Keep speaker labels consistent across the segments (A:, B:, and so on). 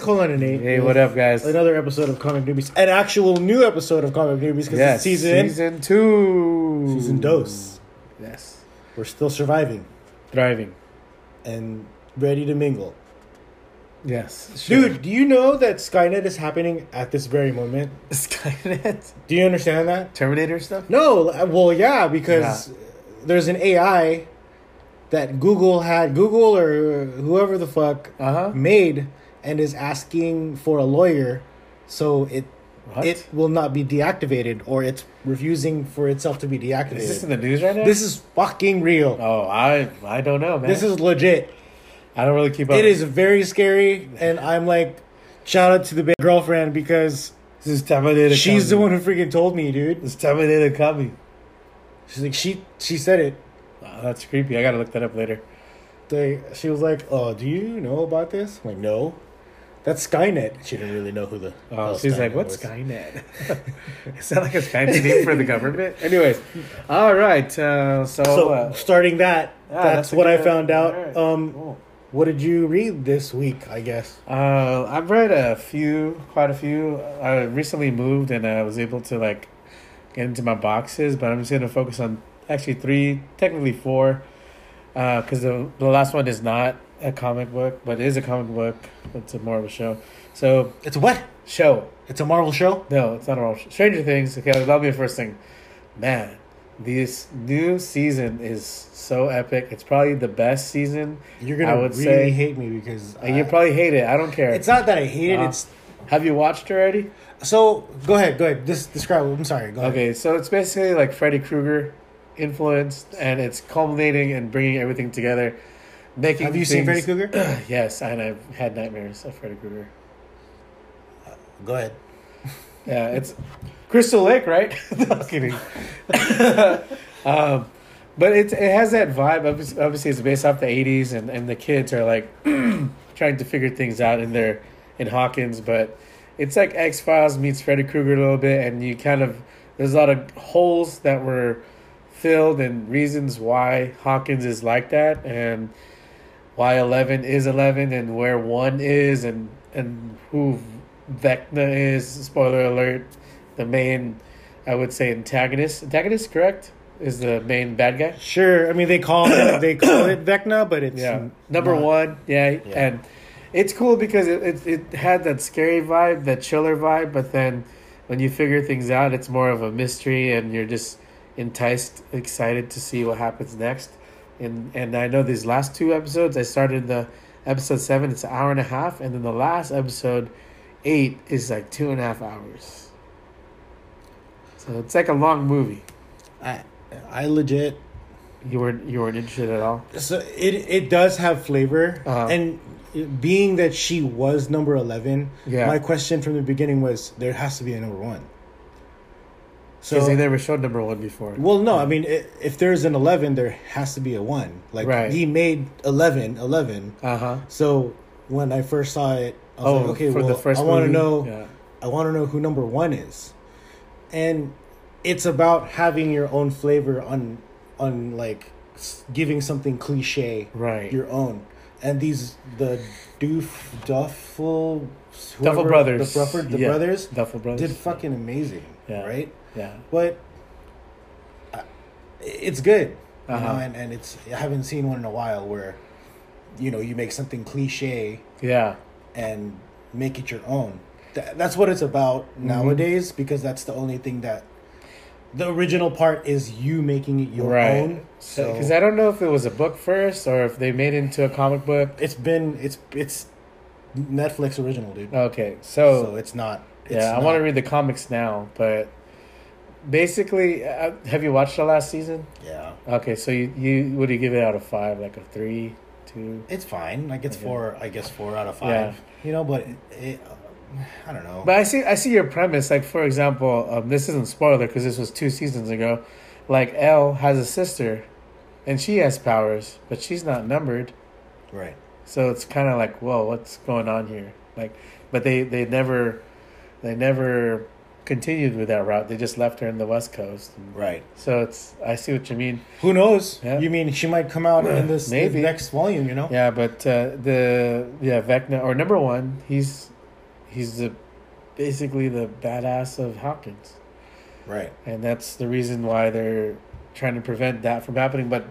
A: Colin and Nate.
B: Hey, what up, guys?
A: Another episode of Comic Newbies. An actual new episode of Comic Newbies because
B: Yes,
A: it's season
B: season two.
A: season dose.
B: Yes,
A: We're still surviving
B: thriving.
A: and ready to mingle.
B: Yes, sure.
A: Dude, do you know that Skynet is happening at this very moment?
B: Skynet,
A: Do you understand that?
B: Terminator stuff.
A: No, uh, well, yeah, because there's an AI that Google had, Google or whoever the fuck
B: Uh-huh.
A: made, and is asking for a lawyer, so it
B: What?
A: it will not be deactivated, or it's refusing for itself to be deactivated.
B: Is this in the news right now?
A: This is fucking real.
B: Oh, I I don't know, man.
A: This is legit.
B: I don't really keep up.
A: It is very scary, and I'm like, shout out to the big girlfriend because
B: This is Terminator.
A: she's the
B: coming.
A: one who freaking told me, dude.
B: This is Terminator coming.
A: She's like, she she said it.
B: Oh, that's creepy. I gotta look that up later.
A: they she was like, "Oh, do you know about this?" I'm like, "No, that's Skynet." She didn't really know who the.
B: Oh,
A: hell
B: she's like, "What's
A: was.
B: Skynet?" Is that like a Skynet name for the government? Anyways, all right. Uh, so,
A: So
B: uh,
A: starting that,
B: yeah,
A: that's,
B: a
A: what I
B: good-
A: found out.
B: all right,
A: Um,
B: cool.
A: what did you read this week? I guess.
B: Uh, I've read a few, quite a few. I recently moved and I was able to like get into my boxes, but I'm just gonna focus on actually three, technically four, because the the last one is not a comic book, but it is a comic book. It's a more of a show. So
A: It's what?
B: show.
A: It's a Marvel show.
B: No, it's not a Marvel show. Stranger Things. Okay, that'll be the first thing. Man, this new season is so epic. It's probably the best season.
A: You're gonna
B: I would
A: really
B: say-
A: hate me because
B: And you probably hate it. I don't care.
A: it's not that I hate it.
B: Uh,
A: It's
B: Have you watched already?
A: so. Go ahead. Go ahead. Just describe. it. I'm sorry. Go ahead.
B: Okay, so it's basically like Freddy Krueger influenced, and it's culminating and bringing everything together. Making
A: Have you seen Freddy
B: things-
A: Krueger?
B: Yes, and I've had nightmares of Freddy Krueger.
A: go ahead.
B: Yeah, it's Crystal Lake, right? No, I'm kidding. um, but it it has that vibe. Obviously, obviously it's based off the '80s, and, and the kids are like trying to figure things out in their in Hawkins. But it's like X Files meets Freddy Krueger a little bit, and you kind of there's a lot of holes that were filled and reasons why Hawkins is like that, and why 11 is 11 and where 1 is and and who Vecna is spoiler alert the main I would say antagonist antagonist correct is the main bad guy
A: Sure. I mean, they call it, they call it Vecna, but it's
B: yeah number
A: not-
B: 1 yeah,
A: Yeah.
B: and it's cool because it, it it had that scary vibe that chiller vibe but then when you figure things out it's more of a mystery and you're just enticed excited to see what happens next and and I know these last two episodes. I started the episode seven; it's an hour and a half, and then the last episode eight is like two and a half hours. So it's like a long movie.
A: I, I legit
B: You weren't you weren't interested at all.
A: So it it does have flavor,
B: Uh-huh.
A: and being that she was number eleven,
B: Yeah.
A: my question from the beginning was there has to be a number one. So
B: Because they never showed number one before.
A: well, no, I mean i if there's an eleven, there has to be a one. Like
B: Right.
A: he made 11, 11.
B: Uh huh.
A: So when I first saw it, I was
B: Oh,
A: like, okay,
B: for
A: well,
B: the first.
A: I want to
B: movie?
A: know,
B: Yeah.
A: I want to know who number one is, and it's about having your own flavor on on like s- giving something cliche
B: Right.
A: your own. And these the doof duffel
B: Duffel
A: whoever-
B: Brothers.
A: the, Bruffer, the
B: Yeah,
A: brothers
B: Duffel Brothers.
A: did fucking amazing,
B: Yeah.
A: right?
B: Yeah.
A: But uh, I- it's good, you know,
B: Uh-huh.
A: and, and it's I haven't seen one in a while where you know you make something cliche
B: Yeah.
A: and make it your own. Th- that's what it's about
B: Mm-hmm.
A: nowadays because that's the only thing that the original part is you making it your
B: Right.
A: own. So
B: Because I don't know if it was a book first or if they made it into a comic book.
A: it's been it's it's Netflix original, dude.
B: Okay, so,
A: so it's not. It's
B: Oh. yeah, I want to read the comics now, but basically, uh, have you watched the last season?
A: to. Yeah,
B: Okay, so you, you would you give it out of five, like a three, two?
A: it's fine. Like it's
B: Okay.
A: four. I guess four out of five. You know, but it, it, uh, I don't know.
B: But I see I see your premise. Like for example, um, this isn't spoiler because this was two seasons ago. Like Elle has a sister, and she has powers, but she's not numbered.
A: right.
B: So it's kind of like, whoa, what's going on here? Like, but they they never they never continued with that route. They just left her in the West Coast.
A: Right.
B: So it's I see what you mean.
A: Who knows?
B: Yeah.
A: You mean she might come out in this
B: Maybe.
A: next volume? You know.
B: Yeah, but uh, the yeah Vecna or number one, he's he's the basically the badass of Hopkins.
A: Right.
B: and that's the reason why they're trying to prevent that from happening. But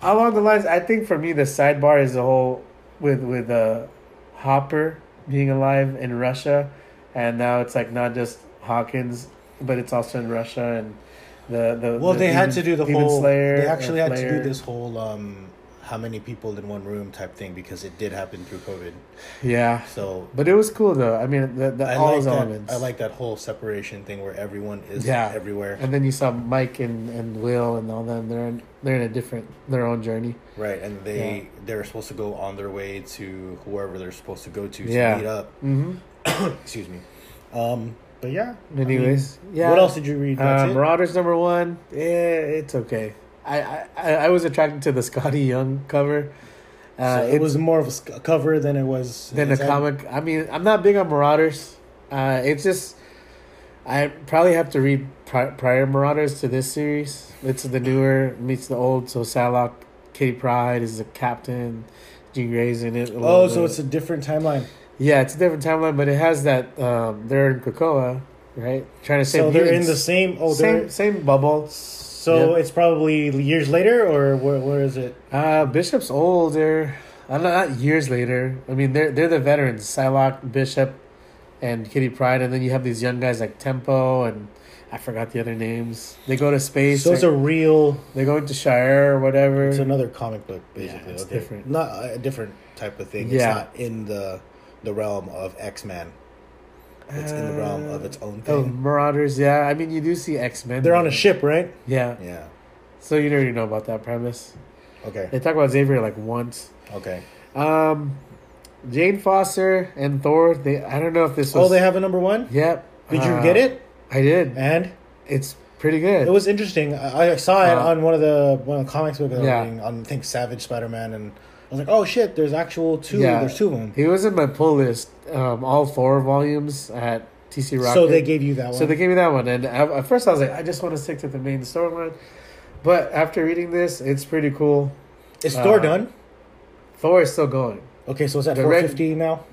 B: along the lines, I think for me the sidebar is the whole with with uh, Hopper being alive in Russia, and now it's like not just Hawkins, but it's also in Russia and the the
A: Well,
B: the
A: they had
B: Demon-
A: to do the
B: Demon
A: whole.
B: Slayer
A: they actually
B: or
A: had to
B: Slayer.
A: do this whole um, how many people in one room type thing because it did happen through COVID.
B: yeah.
A: So
B: But it was cool though. I mean, the, the,
A: I
B: all
A: like
B: those
A: that.
B: elements.
A: I like that whole separation thing where everyone is
B: Yeah.
A: everywhere.
B: And then you saw Mike and, and Will and all them. They're in, they're in a different their own journey.
A: Right, and they
B: Yeah.
A: they're supposed to go on their way to whoever they're supposed to go to to
B: Yeah.
A: meet up.
B: Mm-hmm.
A: Excuse me. Um, but yeah. I mean,
B: Anyways, yeah.
A: What else did you read? That's
B: Uh,
A: it?
B: Marauders number one. Yeah, it's okay. I, I, I I was attracted to the Scotty Young cover. Uh,
A: So it
B: it's-
A: was more of a sc- cover than it was
B: than the
A: is that-
B: comic. I mean, I'm not big on Marauders. Uh, it's just I probably have to read pri- prior Marauders to this series. It's the newer meets the old. So Salak, Kitty Pride is the captain. Jean Grey's in it. a little
A: Oh, so
B: bit.
A: it's a different timeline.
B: yeah, it's a different timeline, but it has that um, they're in Krakoa, right? Trying to save
A: So they're in the
B: mutants.
A: same. Oh,
B: same
A: they're
B: same bubble.
A: so
B: yeah.
A: it's probably years later, or where, where is it?
B: Uh, Bishop's older. I'm not, not years later. I mean, they're they're the veterans, Psylocke, Bishop, and Kitty Pride, and then you have these young guys like Tempo and I forgot the other names. They go to space.
A: So it's a real.
B: they go into Shire or whatever.
A: It's another comic book, basically.
B: it's
A: okay.
B: different.
A: Not a different type of thing.
B: Yeah.
A: It's not in the the realm of X Men. It's in the realm of its own
B: Oh,
A: thing.
B: Marauders. Yeah, I mean, you do see X Men.
A: They're on a ship, right?
B: Yeah.
A: Yeah.
B: So you already know about that premise. They
A: Okay.
B: talk about Xavier like once.
A: Okay.
B: Um, Jane Foster and Thor. They. I don't know if this was.
A: Oh, they have a number one.
B: Yep.
A: Did you
B: Uh,
A: get it?
B: I did.
A: And
B: It's pretty good.
A: it was interesting. I, I saw it
B: Uh,
A: on one of the one of the comics book that
B: Yeah.
A: I was reading on I think Savage Spider Man, and I was like, oh shit, there's actual two.
B: Yeah.
A: There's two of them.
B: He was in my pull list, um, all four volumes at TC Rocket.
A: So they gave you that one.
B: So they gave me that one, and at at first I was like, I just want to stick to the main storyline. But after reading this, it's pretty cool.
A: Is Thor
B: uh,
A: done?
B: Thor is still going.
A: Okay, so it's at
B: the
A: four
B: red-
A: fifty now.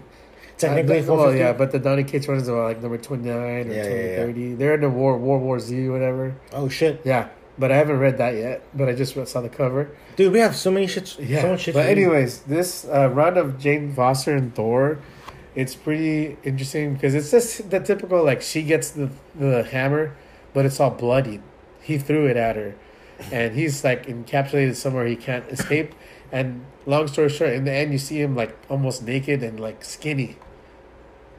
A: Technically,
B: uh,
A: four
B: well,
A: fifty.
B: yeah, but the Donny Cates run is about like number twenty nine or
A: Yeah, yeah,
B: twenty
A: yeah.
B: thirty. They're in the war, World War Z, whatever.
A: oh shit,
B: Yeah, but I haven't read that yet. But I just read- saw the cover.
A: dude, we have so many shits.
B: Yeah.
A: so much shit.
B: but
A: to read.
B: anyways, this uh, run of Jane Foster and Thor, it's pretty interesting because it's just the typical like she gets the the hammer, but it's all bloodied. He threw it at her, and he's like encapsulated somewhere he can't escape. And long story short, in the end, you see him like almost naked and like skinny,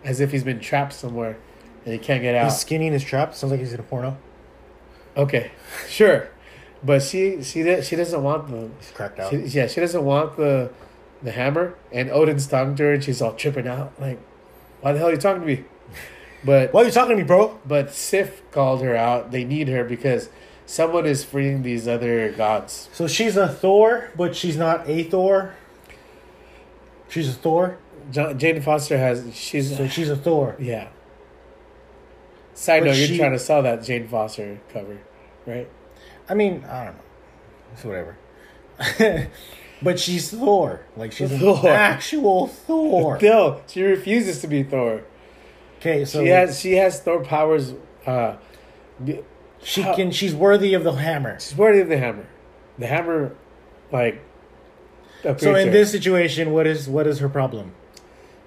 B: as if he's been trapped somewhere, and he can't get out.
A: he's skinny in his trap. Sounds like he's in a porno.
B: Okay, sure, but she she did- she doesn't want the
A: He's cracked out.
B: she, yeah, she doesn't want the the hammer. And Odin's talking to her, and she's all tripping out, like, "Why the hell are you talking to me?" But
A: Why are you talking to me, bro?
B: but Sif called her out. They need her because someone is freeing these other gods.
A: So she's a Thor, but she's not a Thor. She's a Thor.
B: Jo- Jane Foster has she's
A: So she's a Thor.
B: yeah. Side
A: But
B: note: You're
A: she-
B: trying to sell that Jane Foster cover, right?
A: I mean, I don't know. It's whatever. but she's Thor. Like she's
B: Thor.
A: Thor. actual Thor.
B: No, she refuses to be Thor.
A: Okay, so
B: She has she has Thor powers. Uh, be-
A: she can. She's worthy of the hammer.
B: She's worthy of the hammer. The hammer, like, appeared
A: So
B: to
A: in
B: her.
A: this situation, what is what is her problem?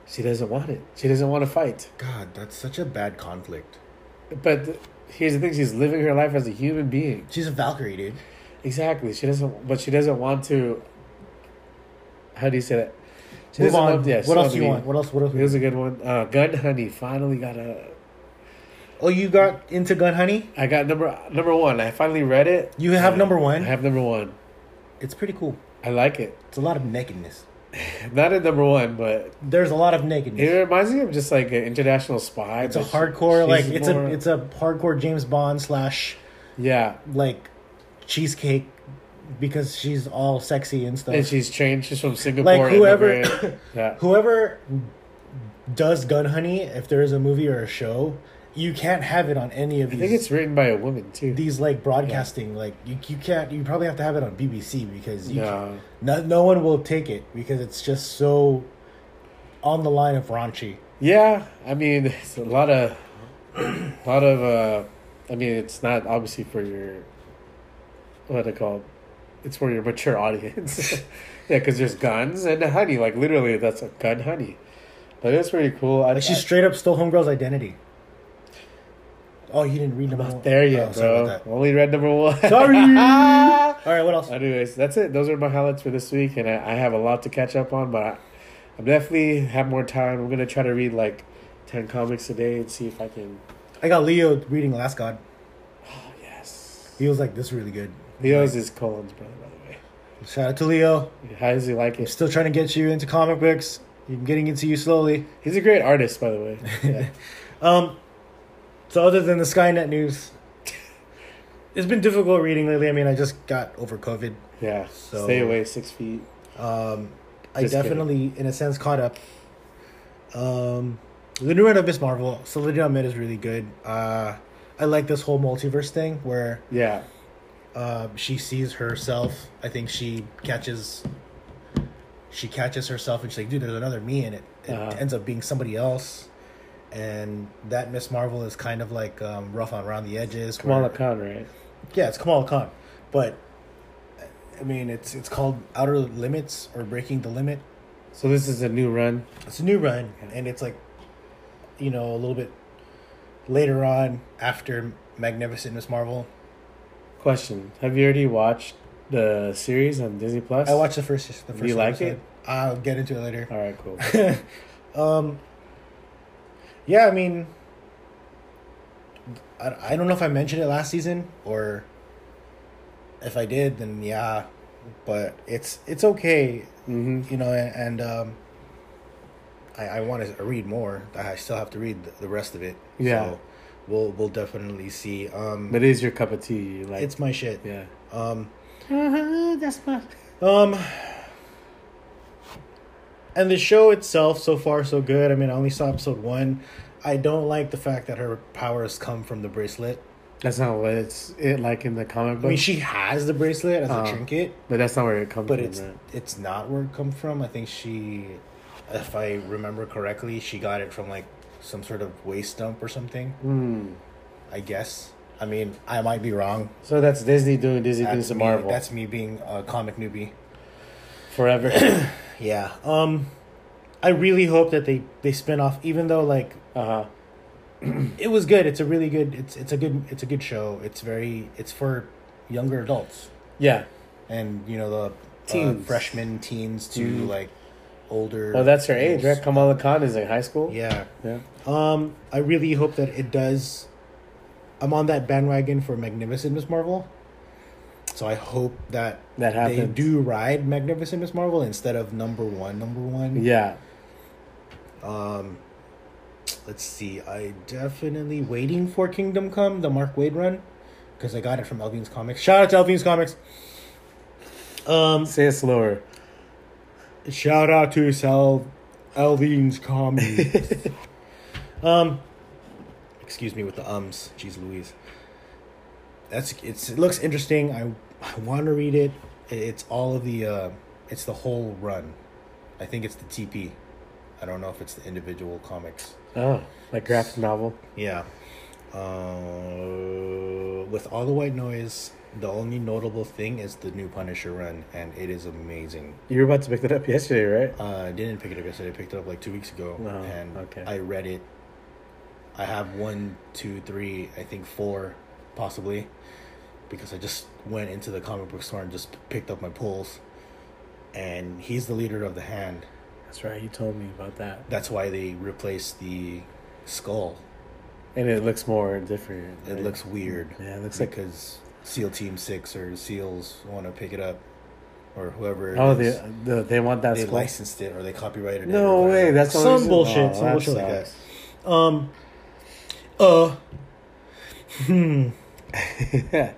B: she doesn't want it. She doesn't want to fight.
A: God, that's such a bad conflict.
B: But th- here's the thing: she's living her life as a human being.
A: She's a Valkyrie, dude.
B: Exactly. She doesn't, but she doesn't want to. How do you say that? She
A: Move
B: doesn't
A: on.
B: want- yeah, she
A: what
B: doesn't
A: else do you
B: be-
A: want? What else? What else?
B: Here's a good one. Uh, Gun Honey finally got a.
A: Oh, you got into Gun Honey.
B: I got number number one. I finally read it.
A: You have number
B: I
A: one.
B: have number one.
A: it's pretty cool.
B: I like it.
A: It's a lot of nakedness.
B: Not at number one, but
A: There's a lot of
B: it
A: nakedness.
B: reminds me of just like an international spy.
A: It's a
B: but she-
A: hardcore, like
B: she's
A: it's
B: more-
A: a it's a hardcore James Bond slash
B: yeah.
A: like cheesecake because she's all sexy and stuff.
B: And she's trained. She's from Singapore.
A: Like,
B: and
A: whoever-
B: over- yeah.
A: Whoever does Gun Honey, if there is a movie or a show, you can't have it on any of
B: I
A: these.
B: think it's written by a woman too.
A: these like broadcasting like you, you can't you probably have to have it on BBC because you
B: No.
A: can't- no no one will take it because it's just so on the line of raunchy.
B: Yeah, I mean, it's a lot of, a lot of. Uh, I mean, it's not obviously for your, what they call, it's for your mature audience. yeah, because there's guns and honey. Like literally, that's a gun honey. But it's pretty cool. I,
A: Like she
B: I-
A: straight up stole homegirl's identity. Oh, you didn't read them
B: not there
A: Oh,
B: yet, bro. Only read number one.
A: Sorry. All right, what else?
B: Anyways, that's it. Those are my highlights for this week, and I, I have a lot to catch up on, but I, I definitely have more time. I'm gonna try to read like ten comics a day and see if I can.
A: I got Leo reading Last God.
B: Oh, yes,
A: He was like, "This is really good."
B: Leo's is Colin's brother, by the
A: Shout out to Leo.
B: way. How does he like
A: I'm
B: it?
A: still trying to get you into comic books. I'm getting into you slowly.
B: He's a great artist, by the way. Yeah.
A: Um, so other than the Skynet news, it's been difficult reading lately. I mean, I just got over COVID.
B: yeah.
A: So-
B: Stay away six feet.
A: Um, I
B: Just kidding.
A: definitely, in a sense, caught up. Um, the new run of Miss Marvel, Solidity on Mid is really good. Uh, I like this whole multiverse thing where
B: Yeah.
A: um, she sees herself. I think she catches. She catches herself and she's like, "Dude, there's another me," and it, it
B: Uh-huh.
A: ends up being somebody else. And that Miss Marvel is kind of like um, rough on around the edges. where-
B: Kamala Khan, right?
A: yeah, it's Kamala Khan, but I mean, it's it's called Outer Limits or Breaking the Limit.
B: So this is a new run.
A: It's a new run, and it's like, you know, a little bit later on after Magnificent Miss Marvel.
B: Question: Have you already watched the series on Disney Plus?
A: I watched the first. The first
B: you like it?
A: I'll get into it later.
B: All right, cool.
A: um, yeah, I mean, I, I don't know if I mentioned it last season or if I did, then yeah, but it's it's okay,
B: hmm
A: you know, and, and um, I I want to read more. I still have to read the, the rest of it.
B: Yeah.
A: we'll we'll definitely see. Um,
B: But it is your cup of tea. You like?
A: it's my shit.
B: yeah.
A: Um,
B: that's my.
A: Um, and the show itself, so far, so good. I mean, I only saw episode one. I don't like the fact that her powers come from the bracelet.
B: That's not what it's it like in the comic book.
A: I mean, she has the bracelet as
B: Oh.
A: a trinket,
B: but that's not where it comes
A: but
B: from.
A: it's
B: right?
A: it's not where it come from. I think she, if I remember correctly, she got it from like some sort of waste dump or something.
B: Hmm.
A: I guess. I mean, I might be wrong.
B: So that's Disney doing Disney things
A: That's
B: to
A: me,
B: Marvel.
A: that's me being a comic newbie.
B: forever.
A: Yeah. Um, I really hope that they they spin off, even though like
B: uh huh.
A: it was good. It's a really good. It's it's a good it's a good show. It's very it's for younger adults
B: Yeah.
A: and you know the Uh,
B: Teens.
A: freshmen, teens to
B: Mhm.
A: like older.
B: Well, that's her age,
A: adults.
B: right? Kamala Khan is in high school.
A: Yeah.
B: Yeah.
A: Um, I really hope that it does. I'm on that bandwagon for Magnificent Miss Marvel, so I hope that
B: That
A: they
B: happens.
A: do ride Magnificent Miss Marvel instead of number one. Number one.
B: Yeah.
A: Um, let's see. I definitely waiting for Kingdom Come, the Mark Wade run, because I got it from Elvin's Comics. Shout out to Elvin's Comics. Um,
B: Say it slower.
A: shout out to Sal Elvin's Comics. um, excuse me with the ums. Jeez Louise. That's it's. It looks interesting. I I want to read it. It- It's all of the. Uh, it's the whole run. I think it's the TP. I don't know if it's the individual comics.
B: Oh, like graphic novel.
A: Yeah. Uh, with all the white noise, the only notable thing is the new Punisher run, and it is amazing.
B: You were about to pick that up yesterday, right?
A: Uh, I didn't pick it up yesterday. I picked it up like two weeks ago,
B: Oh,
A: and
B: okay.
A: I read it. I have one, two, three, I think four, possibly, because I just went into the comic book store and just picked up my pulls. And he's the leader of the hand.
B: That's right. You told me about that.
A: That's why they replaced the skull.
B: And it looks more different.
A: It
B: right?
A: looks weird.
B: Yeah, it looks like.
A: because SEAL Team Six or SEALs want to pick it up, or whoever. it
B: Oh,
A: is,
B: the, the they want that
A: they
B: skull.
A: licensed it or they copyrighted it.
B: No
A: or whatever.
B: way, that's the
A: some
B: reason-
A: bullshit.
B: oh,
A: some
B: that
A: bullshit like
B: sucks.
A: that. Um. Uh. Hmm.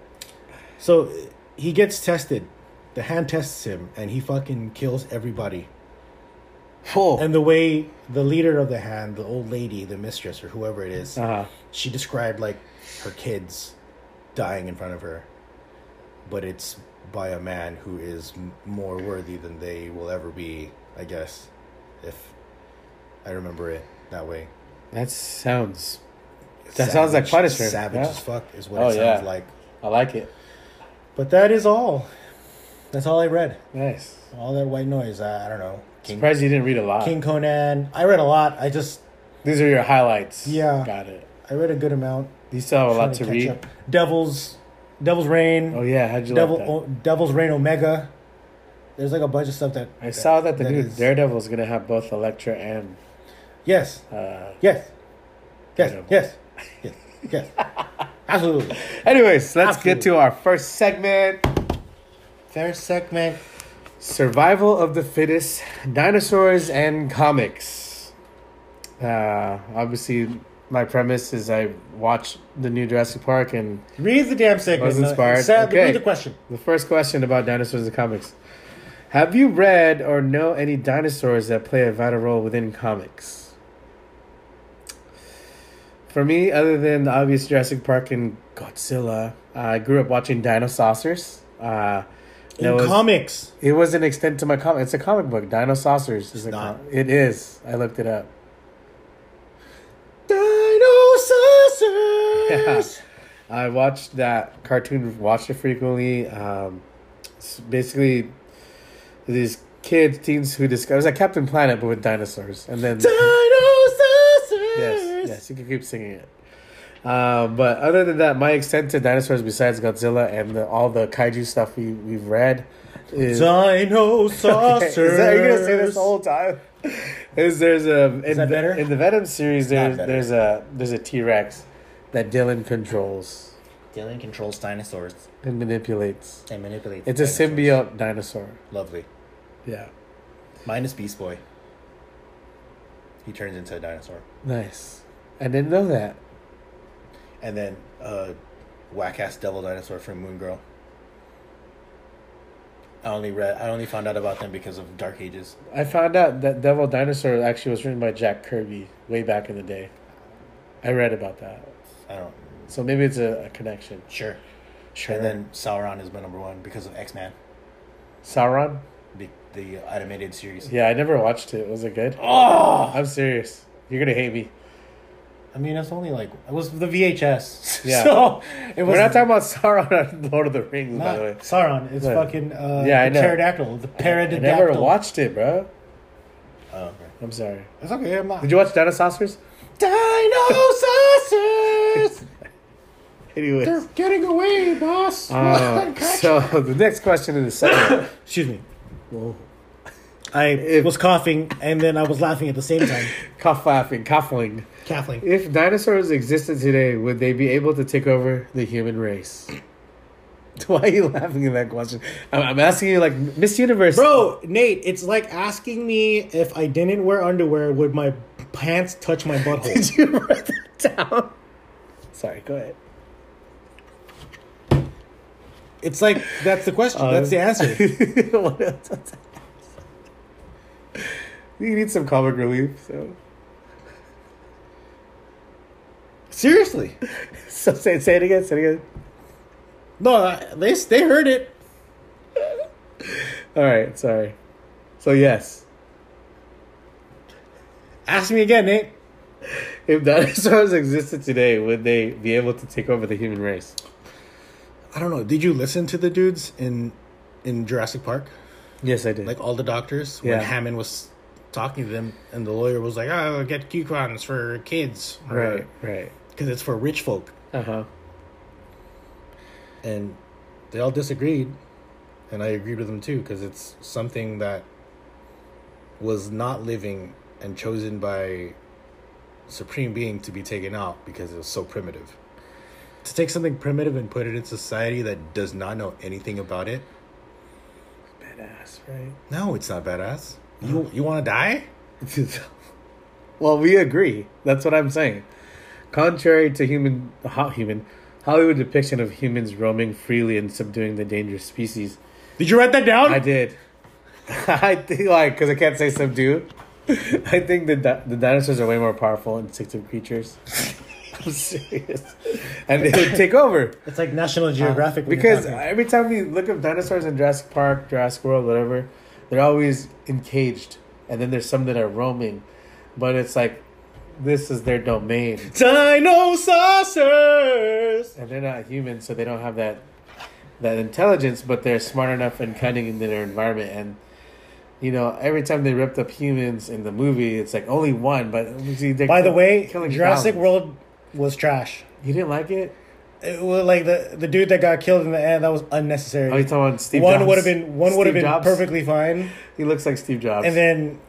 A: So uh, he gets tested. The hand tests him, and he fucking kills everybody.
B: Oh.
A: And the way the leader of the hand, the old lady, the mistress, or whoever it is,
B: uh-huh.
A: she described like her kids dying in front of her but it's by a man who is m- more worthy than they will ever be i guess if I remember it that way.
B: That sounds. That sounds like Punisher,
A: Savage
B: yeah.
A: as fuck is what
B: Oh,
A: it sounds
B: yeah.
A: like.
B: I like it.
A: But that is all. That's all I read.
B: Nice.
A: All that white noise. I, I don't know. King,
B: Surprised you didn't read a lot.
A: King Conan. I read a lot. I just
B: These are your highlights.
A: Yeah.
B: Got it.
A: I read a good amount.
B: You still have a lot to
A: Trying catch
B: read.
A: up. Devil's Devil's Reign.
B: Oh yeah, how'd you
A: Devil
B: like that?
A: o- Devil's Reign Omega. There's like a bunch of stuff that
B: I saw that the
A: that
B: new
A: is-
B: Daredevil is gonna have both Elektra and
A: Yes.
B: uh,
A: Yes. Yes.
B: Daredevil.
A: Yes. Yes. Yes. Absolutely.
B: Anyways, let's get
A: Absolutely.
B: to our first segment:
A: First segment.
B: survival of the fittest, dinosaurs and comics. Uh, obviously, my premise is I watched the new Jurassic Park, and
A: Read the damn segment.
B: Was inspired.
A: Sad,
B: Okay.
A: Read the question.
B: the first question about dinosaurs and comics: Have you read or know any dinosaurs that play a vital role within comics? For me, other than the obvious Jurassic Park and Godzilla, I grew up watching Dino Saucers. Uh,
A: In
B: that was-
A: comics.
B: It was an extent to my comic. It's a comic book. Dino Saucers is a
A: not.
B: com- It is. I looked it up.
A: Dinosaurs.
B: I watched that cartoon. Watched it frequently. Um, it's basically, these kids, teens who discover it was like Captain Planet but with dinosaurs, and then
A: Dinosaurs.
B: yes, yes, you can keep singing it. Um, but other than that, my extent to dinosaurs besides Godzilla and the, all the kaiju stuff we we've read is Okay,
A: Dinosaurs.
B: Is that, are you gonna say this the whole time? Is there's a in,
A: that
B: the-
A: better?
B: in the Venom series? There's
A: better.
B: there's a there's a T Rex that Dylan controls
A: Dylan controls dinosaurs
B: and manipulates.
A: and manipulates.
B: It's a
A: dinosaurs.
B: symbiote dinosaur.
A: Lovely.
B: Yeah,
A: Minus Beast Boy. He turns into a dinosaur.
B: nice. I didn't know that.
A: And then uh whack ass devil dinosaur from Moon Girl. I only read I only found out about them because of Dark Ages.
B: I found out that Devil Dinosaur actually was written by Jack Kirby way back in the day. I read about that,
A: I don't
B: so maybe it's a, a connection.
A: sure.
B: Sure.
A: And then Sauron is my number one because of X Man,
B: Sauron.
A: the, the animated series.
B: Yeah, I never watched it. Was it good?
A: Oh,
B: I'm serious. You're gonna hate me.
A: I mean, it's only like it was the VHS.
B: Yeah.
A: so it was
B: We're not talking about Sauron on Lord of the Rings, by
A: not
B: the way.
A: Sauron. It's
B: But-
A: fucking uh,
B: Yeah, I
A: the
B: know.
A: pterodactyl. The
B: I
A: pterodactyl.
B: never watched it, bro.
A: Oh, okay.
B: I'm sorry.
A: It's okay. I'm not.
B: Did you watch Dinosaurs?
A: Dinosaurs!
B: Anyways.
A: getting away, boss.
B: Uh, so the next question in the segment.
A: Excuse me.
B: Whoa.
A: I was coughing and then I was laughing at the same time.
B: Cough laughing, coughing.
A: Kathleen.
B: If dinosaurs existed today, would they be able to take over the human race? Why are you laughing at that question? I'm, I'm asking you, like Miss Universe,
A: Bro, Nate, it's like asking me if I didn't wear underwear, would my pants touch my butthole?
B: Did you write that down? Sorry, go ahead.
A: it's like, that's the question. that's the answer.
B: What else? you need some comic relief. So,
A: Seriously.
B: so say, say it again. Say it again.
A: No, I- they, they heard it.
B: All right. Sorry. So yes,
A: Ask me again, Nate.
B: if dinosaurs existed today, would they be able to take over the human race?
A: I don't know. Did you listen to the dudes in in Jurassic Park?
B: Yes, I did.
A: like all the doctors when
B: Yeah.
A: Hammond was talking to them and the lawyer was like, "Oh, get coupons for kids,
B: right. Right.
A: Because it's for rich folk."
B: Uh huh.
A: And they all disagreed, and I agreed with them too because it's something that was not living and chosen by supreme being to be taken out because it was so primitive. To take something primitive and put it in society that does not know anything about it,
B: Badass, right?
A: no, it's not badass. You you want to die?
B: well, we agree. That's what I'm saying. Contrary to human, ho- human, Hollywood depiction of humans roaming freely and subduing the dangerous species,
A: Did you write that down?
B: I did. I think like because I can't say subdue. I think the di- the dinosaurs are way more powerful instinctive creatures. I'm serious, and they would take over
A: It's like National Geographic when you're
B: Uh, because
A: talking.
B: every time we look up dinosaurs in Jurassic Park, Jurassic World, whatever, they're always encaged, and then there's some that are roaming. but it's like this is their domain,
A: Dino saucers.
B: and they're not human, so they don't have that that intelligence, but they're smart enough and cunning in their environment and. You know, every time they ripped up humans in the movie, it's like only one. But see, they're
C: By the
B: kill-
C: way,
B: killing
C: Jurassic
B: thousands.
C: World was trash.
B: You didn't like it?
C: It was like the the dude that got killed in the end. That was unnecessary.
B: Oh, you talking about Steve
C: one
B: Jobs?
C: would have been one would have
B: Steve
C: been
B: Jobs?
C: perfectly fine,
B: He looks like Steve Jobs.
C: and then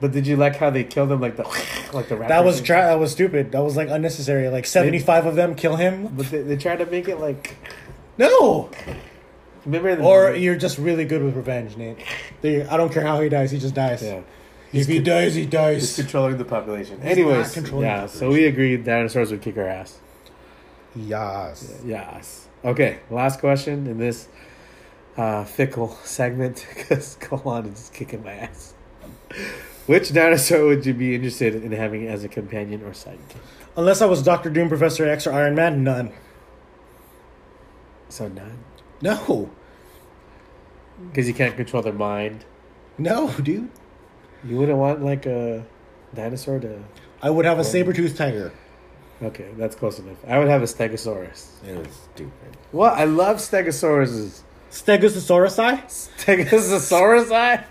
B: but did you like how they killed him? Like the like the rapper
C: that was
B: thing?
C: tra- that was stupid. That was like unnecessary. Like seventy five of them kill him.
B: But they, they tried to make it like
C: No,
B: remember the
C: or you're just really good with revenge, Nate. There- I don't care how he dies, he just dies.
B: yeah.
C: If he dies, he
B: He's
C: dies.
B: controlling the population.
C: He's not
B: Anyways,
C: controlling
B: yeah.
C: the
B: So we agreed dinosaurs would kick our ass.
C: Yas.
B: Yes. Okay. Last question in this uh, fickle segment because Kalon is kicking my ass. Which dinosaur would you be interested in having as a companion or sidekick?
C: Unless I was Doctor Doom, Professor X, or Iron Man, none.
B: So none,
C: No,
B: because you can't control their mind.
C: no, dude.
B: You wouldn't want like a dinosaur to.
C: I would have a saber toothed tiger.
B: Okay, that's close enough. I would have a stegosaurus.
A: It was stupid.
B: Well, I love stegosauruses.
C: Stegosaurus eye?
B: Stegosaurus eye?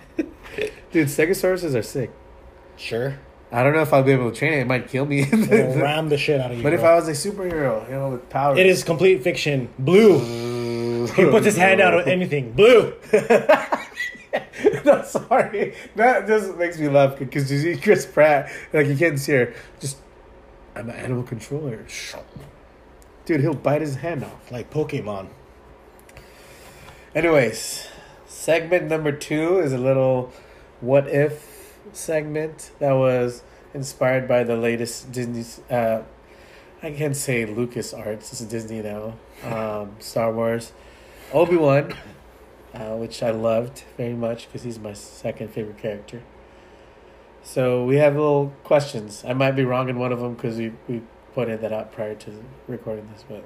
B: Dude, stegosauruses are sick.
A: Sure.
B: I don't know if I'll be able to train it. It might kill me.
C: It'll ram the shit out of you.
B: but if
C: bro.
B: I was a superhero, you know, with powers.
C: It is complete fiction. Blue.
B: He
C: He puts his hand out on anything. Blue.
B: no, sorry. That just makes me laugh because you see Chris Pratt, like you can't see her. Just, I'm an animal controller. Dude, he'll bite his hand off.
C: Like Pokemon.
B: Anyways, segment number two is a little what if segment that was inspired by the latest Disney. Uh, I can't say Lucas Arts. It's Disney now. Um, Star Wars, Obi Wan, uh, which I loved very much because he's my second favorite character. So we have little questions. I might be wrong in one of them because we we pointed that out prior to recording this, but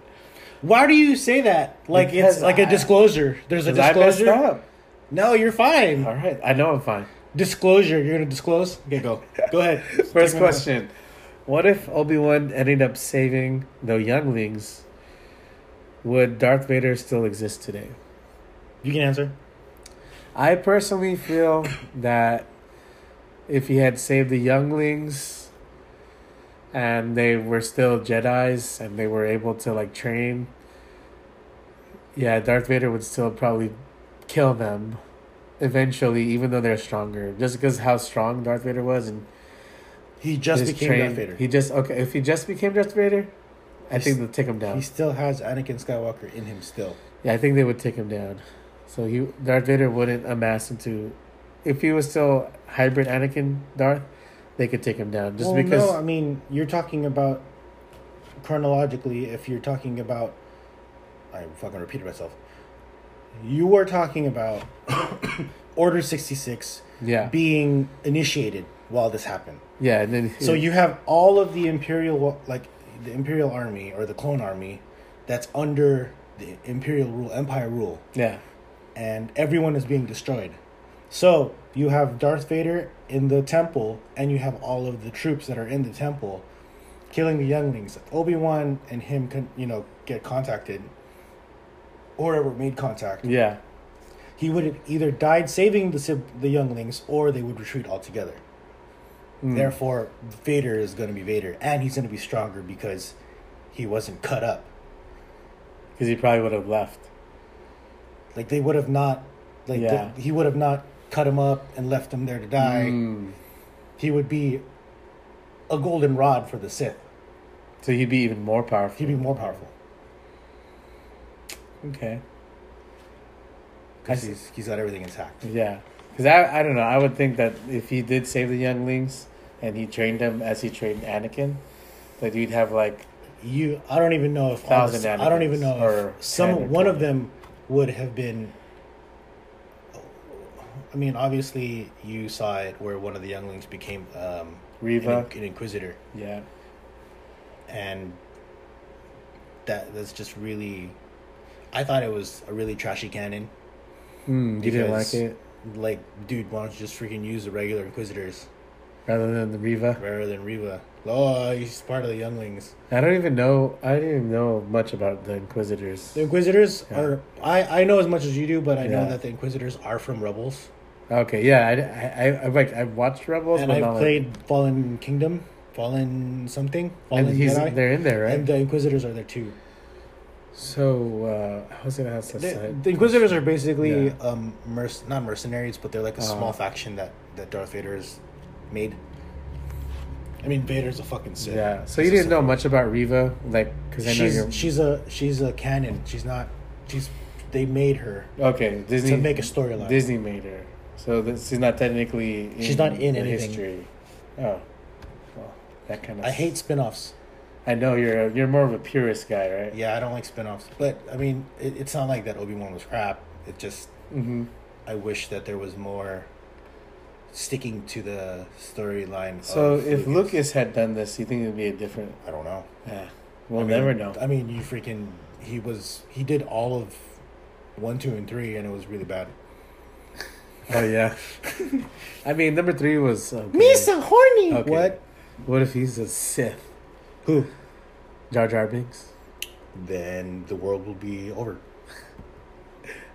C: Why do you say that? Like
B: Because
C: it's like a
B: I-
C: disclosure. There's a
B: 'Cause I messed
C: disclosure.
B: up.
C: No, you're fine.
B: All right, I know I'm fine.
C: Disclosure. You're gonna disclose. Okay, go. Go ahead.
B: First
C: Segment
B: question. What if Obi Wan ended up saving the younglings? Would Darth Vader still exist today?
C: one. You can answer.
B: I personally feel that if he had saved the younglings and they were still Jedi's and they were able to like train, yeah, Darth Vader would still probably kill them eventually, even though they're stronger. Just because how strong Darth Vader was and
C: He just
B: his
C: became
B: train-
C: Darth Vader.
B: He
C: He,
B: just okay. If he just became Darth Vader, I
A: He's-
B: think they'll take him down.
A: He still has Anakin Skywalker in him still.
B: Yeah, I think they would take him down. So he Darth Vader wouldn't amass into. If he was still hybrid Anakin Darth, they could take him down just
A: well,
B: because.
A: no, I mean you're talking about chronologically. If you're talking about, I fucking repeated myself. You are talking about Order sixty six
B: yeah,
A: being initiated while this happened.
B: yeah, and then
A: So you have all of the imperial, like the imperial army or the clone army, that's under the imperial rule, empire rule,
B: yeah,
A: and everyone is being destroyed. So you have Darth Vader in the temple, and you have all of the troops that are in the temple, killing the younglings. Obi Wan and him, con- you know, get contacted, or ever made contact.
B: yeah,
A: He would have either died saving the sib- the younglings, or they would retreat altogether.
B: Mm.
A: Therefore, Vader is going to be Vader, and he's going to be stronger because he wasn't cut up.
B: because he probably would have left.
A: Like they would have not, like
B: Yeah.
A: the- he would have not cut him up and left him there to die.
B: Mm.
A: He would be a golden rod for the Sith.
B: So he'd be even more powerful.
A: He'd be more powerful
B: okay.
A: because
B: I see.
A: he's he's got everything intact.
B: Yeah, because I I don't know. I would think that if he did save the younglings and he trained them as he trained Anakin, that you'd have like
A: You, I don't even know if all
B: Thousand
A: this, I don't even
B: Anakins,
A: know
B: or
A: if
B: 10 or
A: some one of
B: 20.
A: them would have been. I mean, obviously, you saw it where one of the younglings became um, an,
B: Reva.
A: an inquisitor.
B: Yeah.
A: and that that's just really I thought it was a really trashy canon.
B: Mm, you didn't like
A: because-
B: it.
A: like, dude, why don't you just freaking use the regular Inquisitors
B: rather than the Riva.
A: rather than Reva? Oh, he's part of the Younglings.
B: I don't even know. I didn't even know much about the Inquisitors.
A: The Inquisitors
B: Yeah.
A: are. I, I know as much as you do, but I know
B: Yeah.
A: that the Inquisitors are from Rebels.
B: Okay, yeah, I, I, I, I've, like I watched Rebels,
A: And
B: but
A: I've
B: not
A: played Fallen Kingdom, Fallen something,
B: Like,
A: Fallen
B: and he's,
A: Jedi.
B: they're in there, right?
A: And the Inquisitors are there too.
B: so uh, I was gonna ask that.
A: The,
B: side
A: the Inquisitors are basically
B: Yeah.
A: um, merc- not mercenaries, but they're like a small
B: Uh-huh.
A: faction that, that Darth Vader has made. I mean, Vader's a fucking Sith.
B: Yeah. So
A: He's a
B: you
A: Sith
B: didn't know much about Riva, like because I know
A: she's
B: you're
A: she's a she's a canon. She's not. She's they made her
B: okay. Disney
A: to make a storyline.
B: Disney made her, so this, she's not technically. In
A: She's not in
B: the
A: anything.
B: history. Oh, well, that kind of.
A: I hate spin-offs.
B: I know you're a, you're more of a purist guy, right?
A: Yeah, I don't like spin-offs. But I mean, it, it's not like that Obi Wan was crap. It just
B: Mm-hmm.
A: I wish that there was more sticking to the storyline.
B: So
A: of
B: if Lucas had done this, you think it'd be a different?
A: I don't know.
B: Yeah, we'll
A: I mean,
B: never know.
A: I mean, you freaking he was he did all of one, two, and three, and it was really bad.
B: Oh yeah. I mean, number three was okay.
A: horny.
B: Okay.
A: What?
B: What if he's a Sith?
A: Who?
B: Jar Jar Binks.
A: Then the world will be over.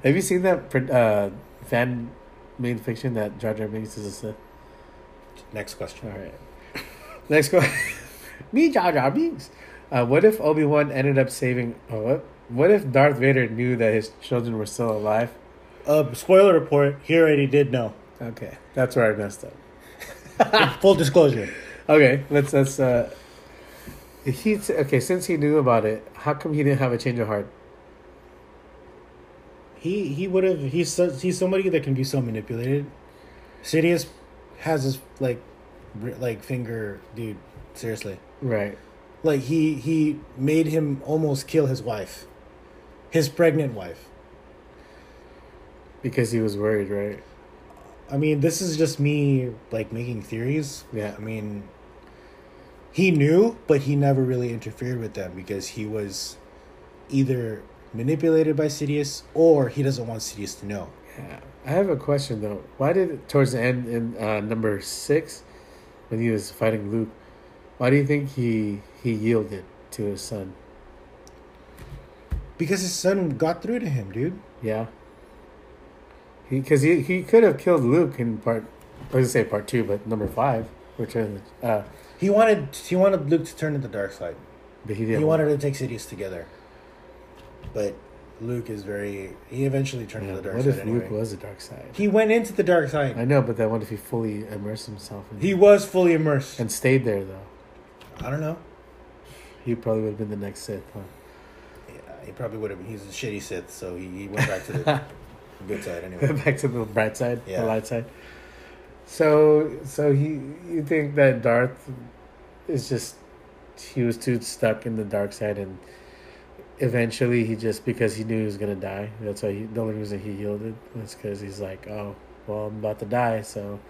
B: Have you seen that pr- uh, fan made fiction that Jar Jar Binks is a Sith?
A: Next question.
B: All right. Next question. Me Jar Jar Binks. Uh, what if Obi Wan ended up saving? Oh, what? What if Darth Vader knew that his children were still alive?
A: Uh, spoiler report. He already did know.
B: Okay, that's where I messed up.
A: Full disclosure.
B: Okay, let's let's. Uh, he okay. Since he knew about it, how come he didn't have a change of heart?
A: He he would have. He's so, he's somebody that can be so manipulated. Sidious has his like, ri- like finger, dude. Seriously,
B: Right.
A: like he he made him almost kill his wife, his pregnant wife.
B: Because he was worried, right?
A: I mean, this is just me like making theories.
B: Yeah.
A: I mean, he knew, but he never really interfered with them because he was either manipulated by Sidious or he doesn't want Sidious to know.
B: Yeah. I have a question though. Why did towards the end in uh, number six, when he was fighting Luke, why do you think he he yielded to his son?
A: Because his son got through to him, dude.
B: Yeah. He because he, he could have killed Luke in part. I was gonna say part two, but number five, Return. of the- Uh,
A: He wanted he wanted Luke to turn to the dark side.
B: but he didn't.
A: He wanted to take Sidious together. But Luke is very he eventually turned
B: Yeah,
A: to the dark
B: what
A: side
B: if
A: anyway.
B: Luke was a dark side?
A: he went into the dark side.
B: I know, but then what if he fully immersed himself in
A: he was fully immersed.
B: and stayed there though?
A: I don't know.
B: He probably would have been the next Sith. Huh?
A: Yeah, he probably would have. He's a shitty Sith, so he, he went back to the good side anyway.
B: back to the bright side,
A: Yeah.
B: the light side. So, so he, you think that Darth is just he was too stuck in the dark side, and eventually he just because he knew he was gonna die. That's why he, the only reason he yielded was because he's like, oh, well, I'm about to die, so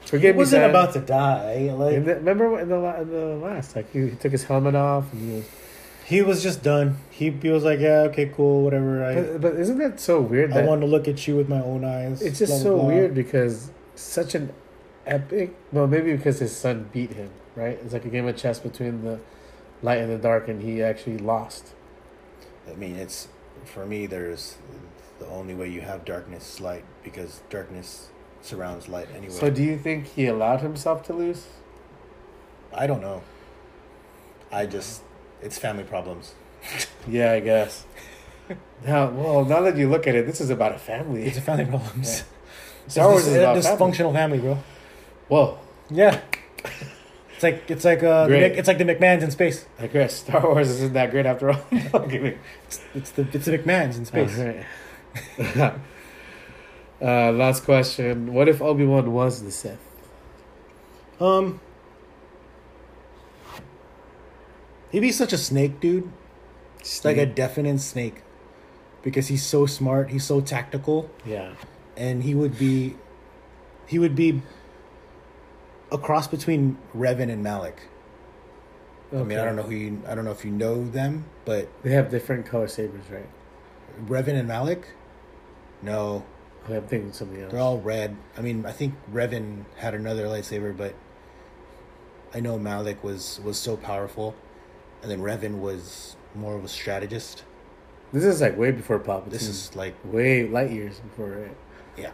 A: He
B: forgive me.
A: wasn't
B: son."
A: about to die.
B: And
A: Like
B: then- remember in the, la- in the last, like he, he took his helmet off, and he was,
A: he was just done. He, he was like, yeah, okay, cool, whatever. I
B: but, but isn't that so weird?
A: I
B: That
A: want to look at you with my own eyes.
B: It's just
A: blah, blah,
B: so
A: blah.
B: weird because such an epic. Well, maybe because his son beat him, right? It's like a game of chess between the light and the dark, and he actually lost.
A: I mean, it's for me. There's the only way you have darkness is light because darkness surrounds light anyway.
B: So, do you think he allowed himself to lose?
A: I don't know. I just it's family problems.
B: Yeah, I guess. now, well, now that you look at it, this is about a family.
A: It's a family problems.
B: Star Wars is
A: a
B: about family.
A: dysfunctional family, bro.
B: Whoa,
A: Yeah. It's like it's like uh, the
B: Great.
A: Mc- it's like the McMahons in space.
B: I guess Star Wars isn't that great after all. No, I'm kidding.
A: It's the it's the McMahons in space.
B: All right. uh, last question: What if Obi Wan was the Sith?
A: Um, he'd be such a snake, dude. It's like a definite snake, because he's so smart. He's so tactical,
B: yeah.
A: and he would be, he would be a cross between Revan and Malik. I mean, I
B: Okay.
A: don't know who you, I don't know if you know them, but
B: They have different color sabers, right?
A: Revan and Malik. No,
B: I'm thinking something else.
A: They're all red. I mean, I think Revan had another lightsaber, but I know Malik was was so powerful, and then Revan was more of a strategist.
B: this is like way before Palpatine.
A: This is like
B: way light years before right?
A: yeah,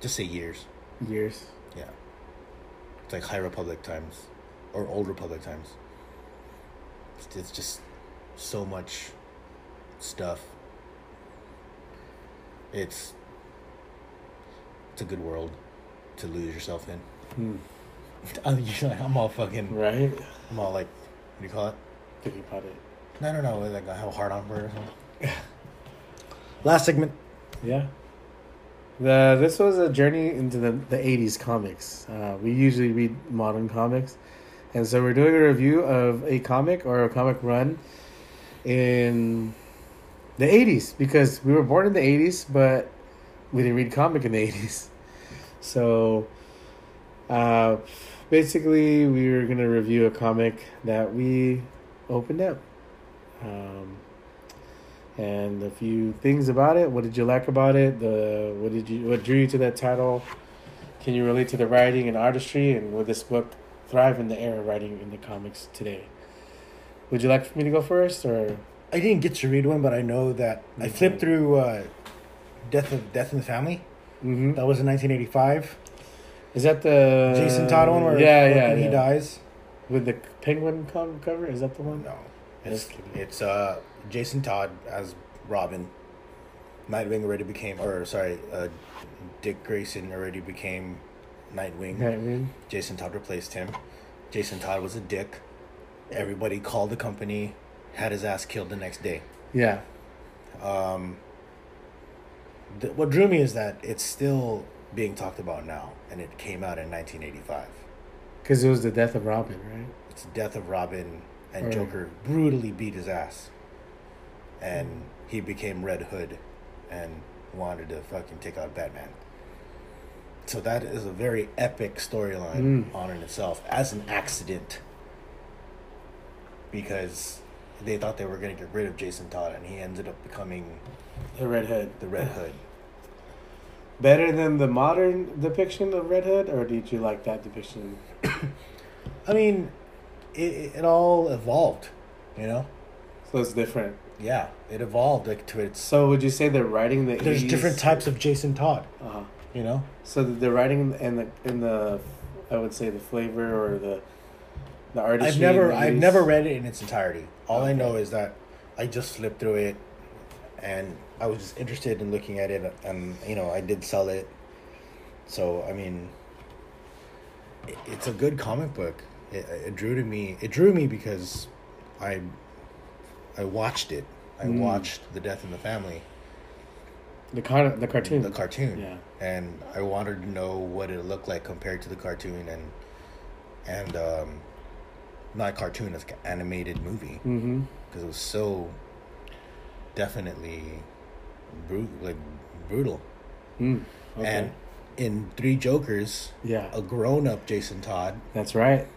A: just say years.
B: years.
A: Yeah, it's like High Republic times, or Old Republic times. It's- It's just so much stuff. It's it's a good world to lose yourself in.
B: Hmm.
A: I'm, you're like, Oh, I'm all fucking.
B: Right?
A: I'm all like, what do you call it?
B: Thinking about it.
A: I don't know. Like I have a hard on for it or something. Last segment.
B: Yeah. The this was a journey into the the '80s comics. Uh, we usually read modern comics, and so we're doing a review of a comic or a comic run in the '80s because we were born in the '80s, but we didn't read comic in the '80s. So, uh, basically, we were gonna review a comic that we opened up. Um, and a few things about it. What did you like about it? The what did you what drew you to that title? Can you relate to the writing and artistry? And will this book thrive in the era of writing in the comics today? Would you like for me to go first, or
A: I didn't get to read one, but I know that I flipped
B: Mhm.
A: through uh, Death of Death in the Family.
B: Mhm.
A: That was in 1985.
B: is that the
A: Jason Todd one where
B: Uh, yeah
A: fucking
B: yeah,
A: he
B: yeah.
A: dies.
B: with the penguin co- cover? Is that the one?
A: No,
B: Just
A: it's
B: kidding.
A: it's uh Jason Todd as Robin. Nightwing already became, or sorry, uh, Dick Grayson already became Nightwing.
B: Nightwing.
A: Jason Todd replaced him. Jason Todd was a dick. Everybody called the company, had his ass killed the next day.
B: Yeah,
A: Um, th- what drew me is that it's still being talked about now, and it came out in 1985.
B: because it was the death of Robin, right?
A: It's the death of Robin, and
B: Right.
A: Joker brutally beat his ass, and he became Red Hood, and wanted to fucking take out Batman. So that is a very epic storyline
B: Mm.
A: on in itself as an accident, because they thought they were going to get rid of Jason Todd, and he ended up becoming
B: The Red Hood.
A: the Red Hood.
B: Better than the modern depiction of Red Hood, or did you like that depiction?
A: I mean, it, it all evolved, you know.
B: So it's different.
A: Yeah, it evolved like to its.
B: So would you say they're writing the
A: There's
B: 80s?
A: different types of Jason Todd,
B: Uh-huh.
A: you know.
B: So that they're writing in the in the I would say the flavor or the the artistry.
A: I've
B: in
A: never,
B: the
A: I've
B: 80s.
A: never read it in its entirety. All I
B: Okay.
A: know is that I just slipped through it, and I was just interested in looking at it, and you know, I did sell it. So I mean, i- it's a good comic book. It, it drew to me. It drew me because I, I watched it. I
B: Mm.
A: watched the death in the family.
B: the con- the cartoon.
A: the cartoon.
B: Yeah.
A: And I wanted to know what it looked like compared to the cartoon and and um not cartoon, it's an animated movie
B: mm-hmm.
A: because it was so definitely bru- like brutal.
B: Mm. Okay.
A: And in Three Jokers,
B: yeah,
A: a grown-up Jason Todd,
B: that's right.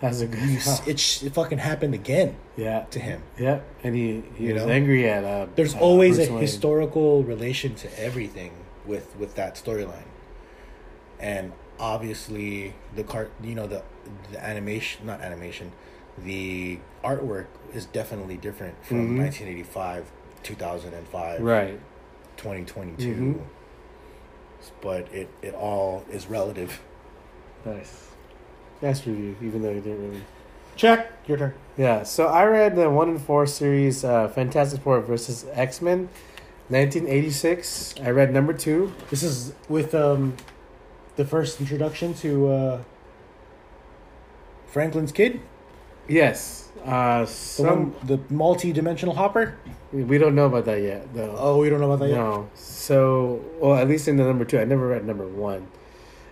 B: That's a good.
A: you s- it, sh- it fucking happened again
B: yeah.
A: to him.
B: Yeah, and he, he
A: You
B: was
A: know?
B: angry at. Uh,
A: There's
B: uh,
A: always
B: Bruce
A: a
B: Wayne.
A: historical relation to everything with with that storyline, and obviously the cart, you know the the animation, not animation, the artwork is definitely different from
C: Mm-hmm.
B: Mhm.
A: 1985, 2005,
B: Right.
A: 2022.
B: Mhm.
C: Mm-hmm.
A: But it it all is relative.
B: Nice. Nice review, even though you didn't really.
C: Check. Your turn.
B: Yeah, so I read the one and four series, uh, Fantastic Four versus X Men, nineteen eighty six. I read number two.
C: This is with um, the first introduction to uh,
A: Franklin's kid,
B: Yes, uh,
C: the
B: some
C: one, the multi-dimensional hopper.
B: we don't know about that yet, though.
C: Oh, we don't know about that yet.
B: no, so well, at least in the number two, I never read number one.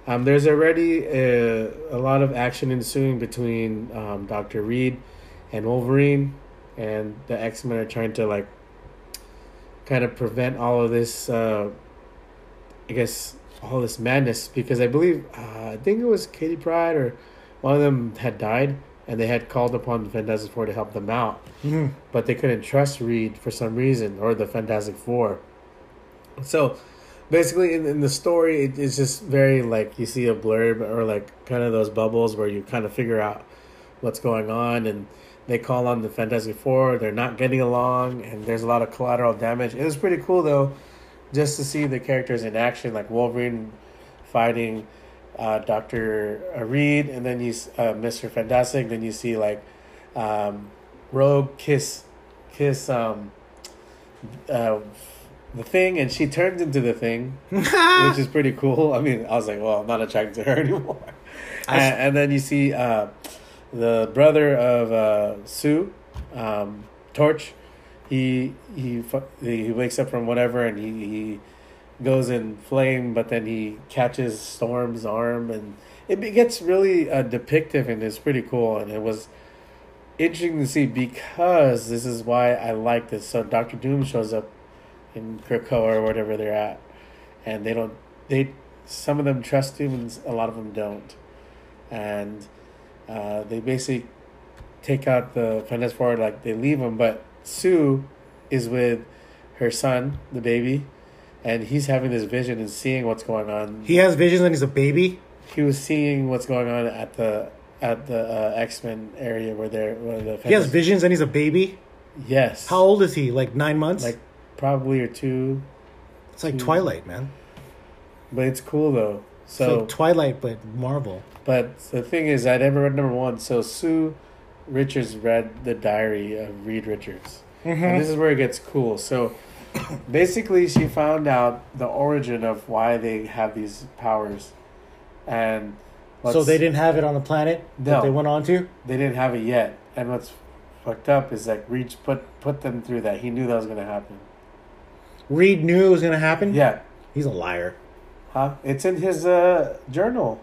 B: Um, there's already a, a lot of action ensuing between um, Doctor Reed and Wolverine, and the X Men are trying to like kind of prevent all of this. Uh, I guess all this madness because I believe uh, I think it was Katie Pride or one of them had died, and they had called upon the Fantastic Four to help them out.
A: Mhm.
B: but they couldn't trust Reed for some reason or the Fantastic Four. So basically in, in the story it, it's just very like you see a blurb or like kind of those bubbles where you kind of figure out what's going on and they call on the fantastic four they're not getting along and there's a lot of collateral damage it was pretty cool though just to see the characters in action like wolverine fighting uh, dr reed and then you s- uh, mr fantastic then you see like um, rogue kiss kiss um, uh, the thing and she turns into the thing which is pretty cool. I mean, I was like, well, I'm not attracted to her anymore.
A: I s-
B: and, and then you see uh, the brother of uh, Sue, um, Torch. He he fu- he wakes up from whatever, and he, he goes in flame, but then he catches Storm's arm, and it be- gets really uh, depictive, and it's pretty cool, and it was interesting to see because this is why I like this. So Doctor Doom shows up in Krakoa or whatever they're at, and they don't. They some of them trust him, and a lot of them don't, and uh, they basically take out the Fantastic Four. Like they leave him, but Sue is with her son, the baby, and he's having this vision and seeing what's going on
A: He has visions and he's a baby.
B: he was seeing what's going on at the at the uh, X Men area where they're where the
A: He has visions and he's a baby.
B: yes
A: How old is he? Like nine months?
B: like probably or two,
A: it's like Twilight, man.
B: but it's cool though.
A: It's
B: So
A: like Twilight, but Marvel.
B: But the thing is, I never read number one. So Sue Richards read the diary of Reed Richards.
A: Mm-hmm.
B: And this is where it gets cool. So basically, she found out the origin of why they have these powers. And
A: so
B: what's-
A: they didn't have it on the planet
B: No.
A: that they went on to?
B: they didn't have it yet. And what's fucked up is like Reed put, put them through that. He knew that was going to happen.
A: Mm-hmm. Reed knew it was going to happen?
B: Yeah.
A: He's a liar.
B: Huh? It's in his uh, journal.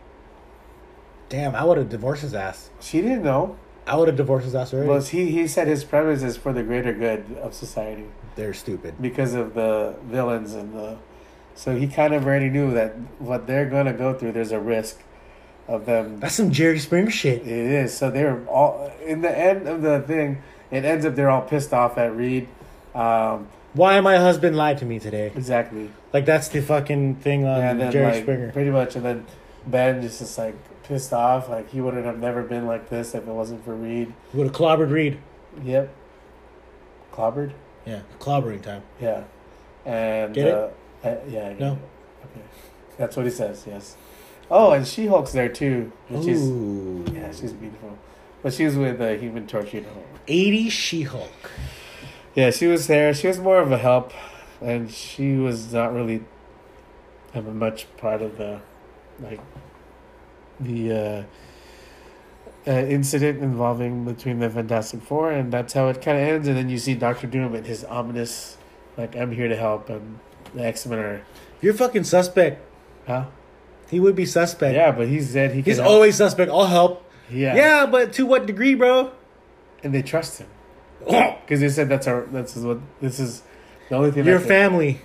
A: Damn, I would have divorced his ass.
B: She didn't know.
A: I would have divorced his ass already.
B: Well, he, he said his premise is for the greater good of society.
A: They're stupid.
B: because of the villains and the so he kind of already knew that what they're going to go through there's a risk of them
A: That's some Jerry Springer shit.
B: it is so they're all in the end of the thing it ends up they're all pissed off at reed um,
A: Why my husband lied to me today?
B: exactly
A: Like that's the fucking thing on
B: and then
A: Jerry
B: like
A: Springer.
B: pretty much and then ben just is like pissed off like he wouldn't have never been like this if it wasn't for reed
A: Would have clobbered Reed.
B: yep clobbered
A: Yeah, clobbering time.
B: yeah and
A: Get it?
B: uh, I- yeah I get
A: No.
B: it. Okay. That's what he says, yes. Oh, and She Hulk's there too. And she's,
A: Ooh,
B: yeah, she's beautiful. But she was with uh, Human Torch, you know.
A: eighty She-Hulk.
B: Yeah, she was there. She was more of a help, and she was not really having much part of the, like, the uh, uh, incident involving between the Fantastic Four, and that's how it kind of ends. And then you see Doctor Doom and his ominous, like, I'm here to help, and the X Men are,
A: You're fucking suspect.
B: huh?
A: He would be suspect.
B: Yeah, but he's dead. He
A: he's
B: can
A: always suspect. I'll help.
B: yeah,
A: Yeah, but to what degree, bro?
B: and they trust him because they said that's our that's what this is the only thing.
A: Your
B: that-
A: family.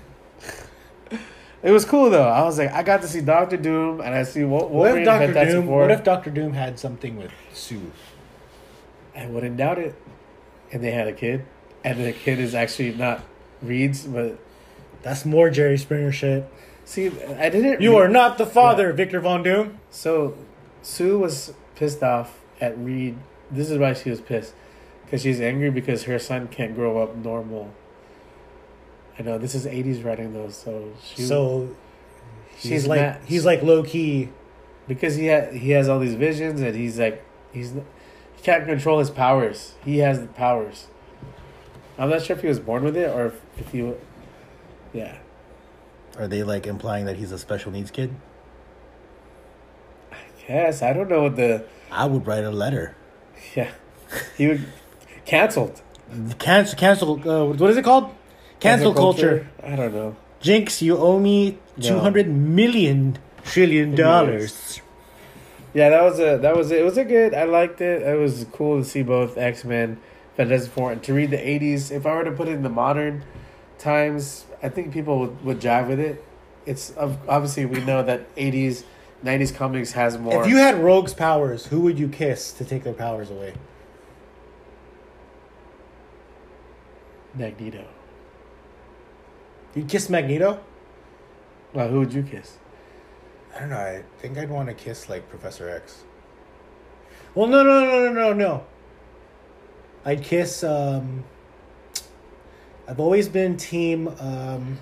B: It was cool though. I was like, I got to see Doctor Doom, and I see what
A: What if Doctor
B: Fantastic
A: Doom?
B: Four.
A: What if Doctor Doom had something with Sue?
B: I wouldn't doubt it. And they had a kid, and the kid is actually not Reed's, but
A: That's more Jerry Springer shit.
B: see, I didn't.
A: You
B: re-
A: are not the father, Victor Von Doom.
B: So Sue was pissed off at Reed. This is why she was pissed. Because she's angry because her son can't grow up normal. I know this is 80s writing though, so she
A: so
B: she's
A: he's like
B: mad.
A: he's like low key.
B: because he ha- he has all these visions and he's like he's n- he can't control his powers. He has the powers. I'm not sure if he was born with it or if, if he, w- yeah,
A: Are they like implying that he's a special needs kid?
B: yes, I don't know what the
A: I would write a letter.
B: yeah he would canceled
A: Cancel, cancel. Uh, what is it called? Cancel, culture.
B: I don't know.
A: Jinx, you owe me
B: No.
A: two hundred million trillion dollars.
B: Yeah, that was a that was it. It was a good. I liked it. It was cool to see both X Men, Fantastic Four, and to read the '80s. If I were to put it in the modern times, I think people would, would jive with it. It's of obviously we know that '80s, '90s comics has more.
A: If you had rogues' powers, who would you kiss to take their powers away?
B: Magneto,
A: You'd kiss Magneto.
B: Well, who would you kiss?
A: I don't know. I think I'd want to kiss like Professor X. Well, no, no, no, no, no, no. I'd kiss. Um, I've always been team. Um,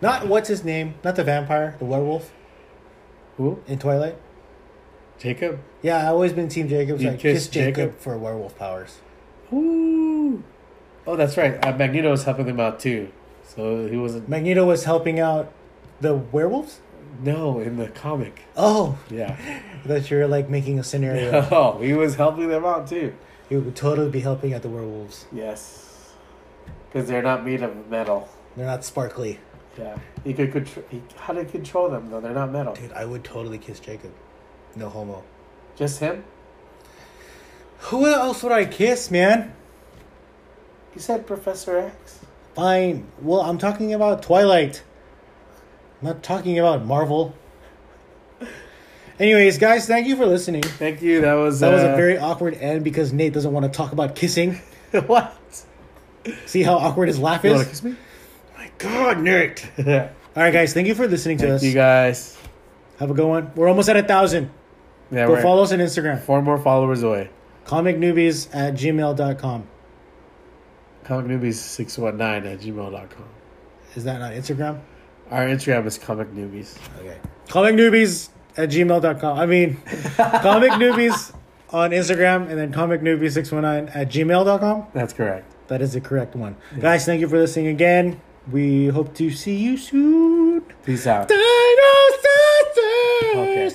A: not what's his name? Not the vampire, the werewolf
B: Who?
A: in Twilight.
B: Jacob.
A: Yeah, I've always been team Jacobs.
B: You'd
A: I'd
B: kiss
A: kiss, Jacob,
B: Jacob?
A: for werewolf powers.
B: Ooh. Oh, that's right. Uh, Magneto was helping them out too, so he wasn't.
A: Magneto was helping out the werewolves.
B: No, in the comic.
A: Oh,
B: Yeah.
A: I thought you were like making a scenario.
B: Oh, he was helping them out too.
A: he would totally be helping out the werewolves.
B: Yes. Because they're not made of metal.
A: They're not sparkly.
B: Yeah. He could control. He, how to control them though? They're not metal.
A: Dude, I would totally kiss Jacob. No homo.
B: Just him.
A: Who else would I kiss, man?
B: You said Professor X.
A: Fine. Well, I'm talking about Twilight. I'm not talking about Marvel. Anyways, guys, thank you for listening.
B: Thank you. That was
A: That was a
B: uh,
A: very awkward end because Nate doesn't want to talk about kissing.
B: what?
A: See how awkward his laugh
B: You wanna
A: is?
B: kiss me?
A: My God, Nate.
B: Yeah.
A: All right, guys, thank you for listening to
B: Thank
A: us.
B: you guys.
A: Have a good one. We're almost at a thousand.
B: Yeah,
A: Go
B: we're
A: follow us on Instagram.
B: four more followers away.
A: Comicnewbies at gmail.com.
B: Comic newbies six one nine at gmail.com.
A: Is that not Instagram?
B: Our Instagram is comic newbies.
A: Okay. Comic newbies at gmail.com. I mean, comic newbies on Instagram and then comic newbies 619 at gmail.com.
B: That's correct.
A: That is the correct one. Guys, thank you for listening again. We hope to see you soon.
B: Peace out.
A: Dinosaurs!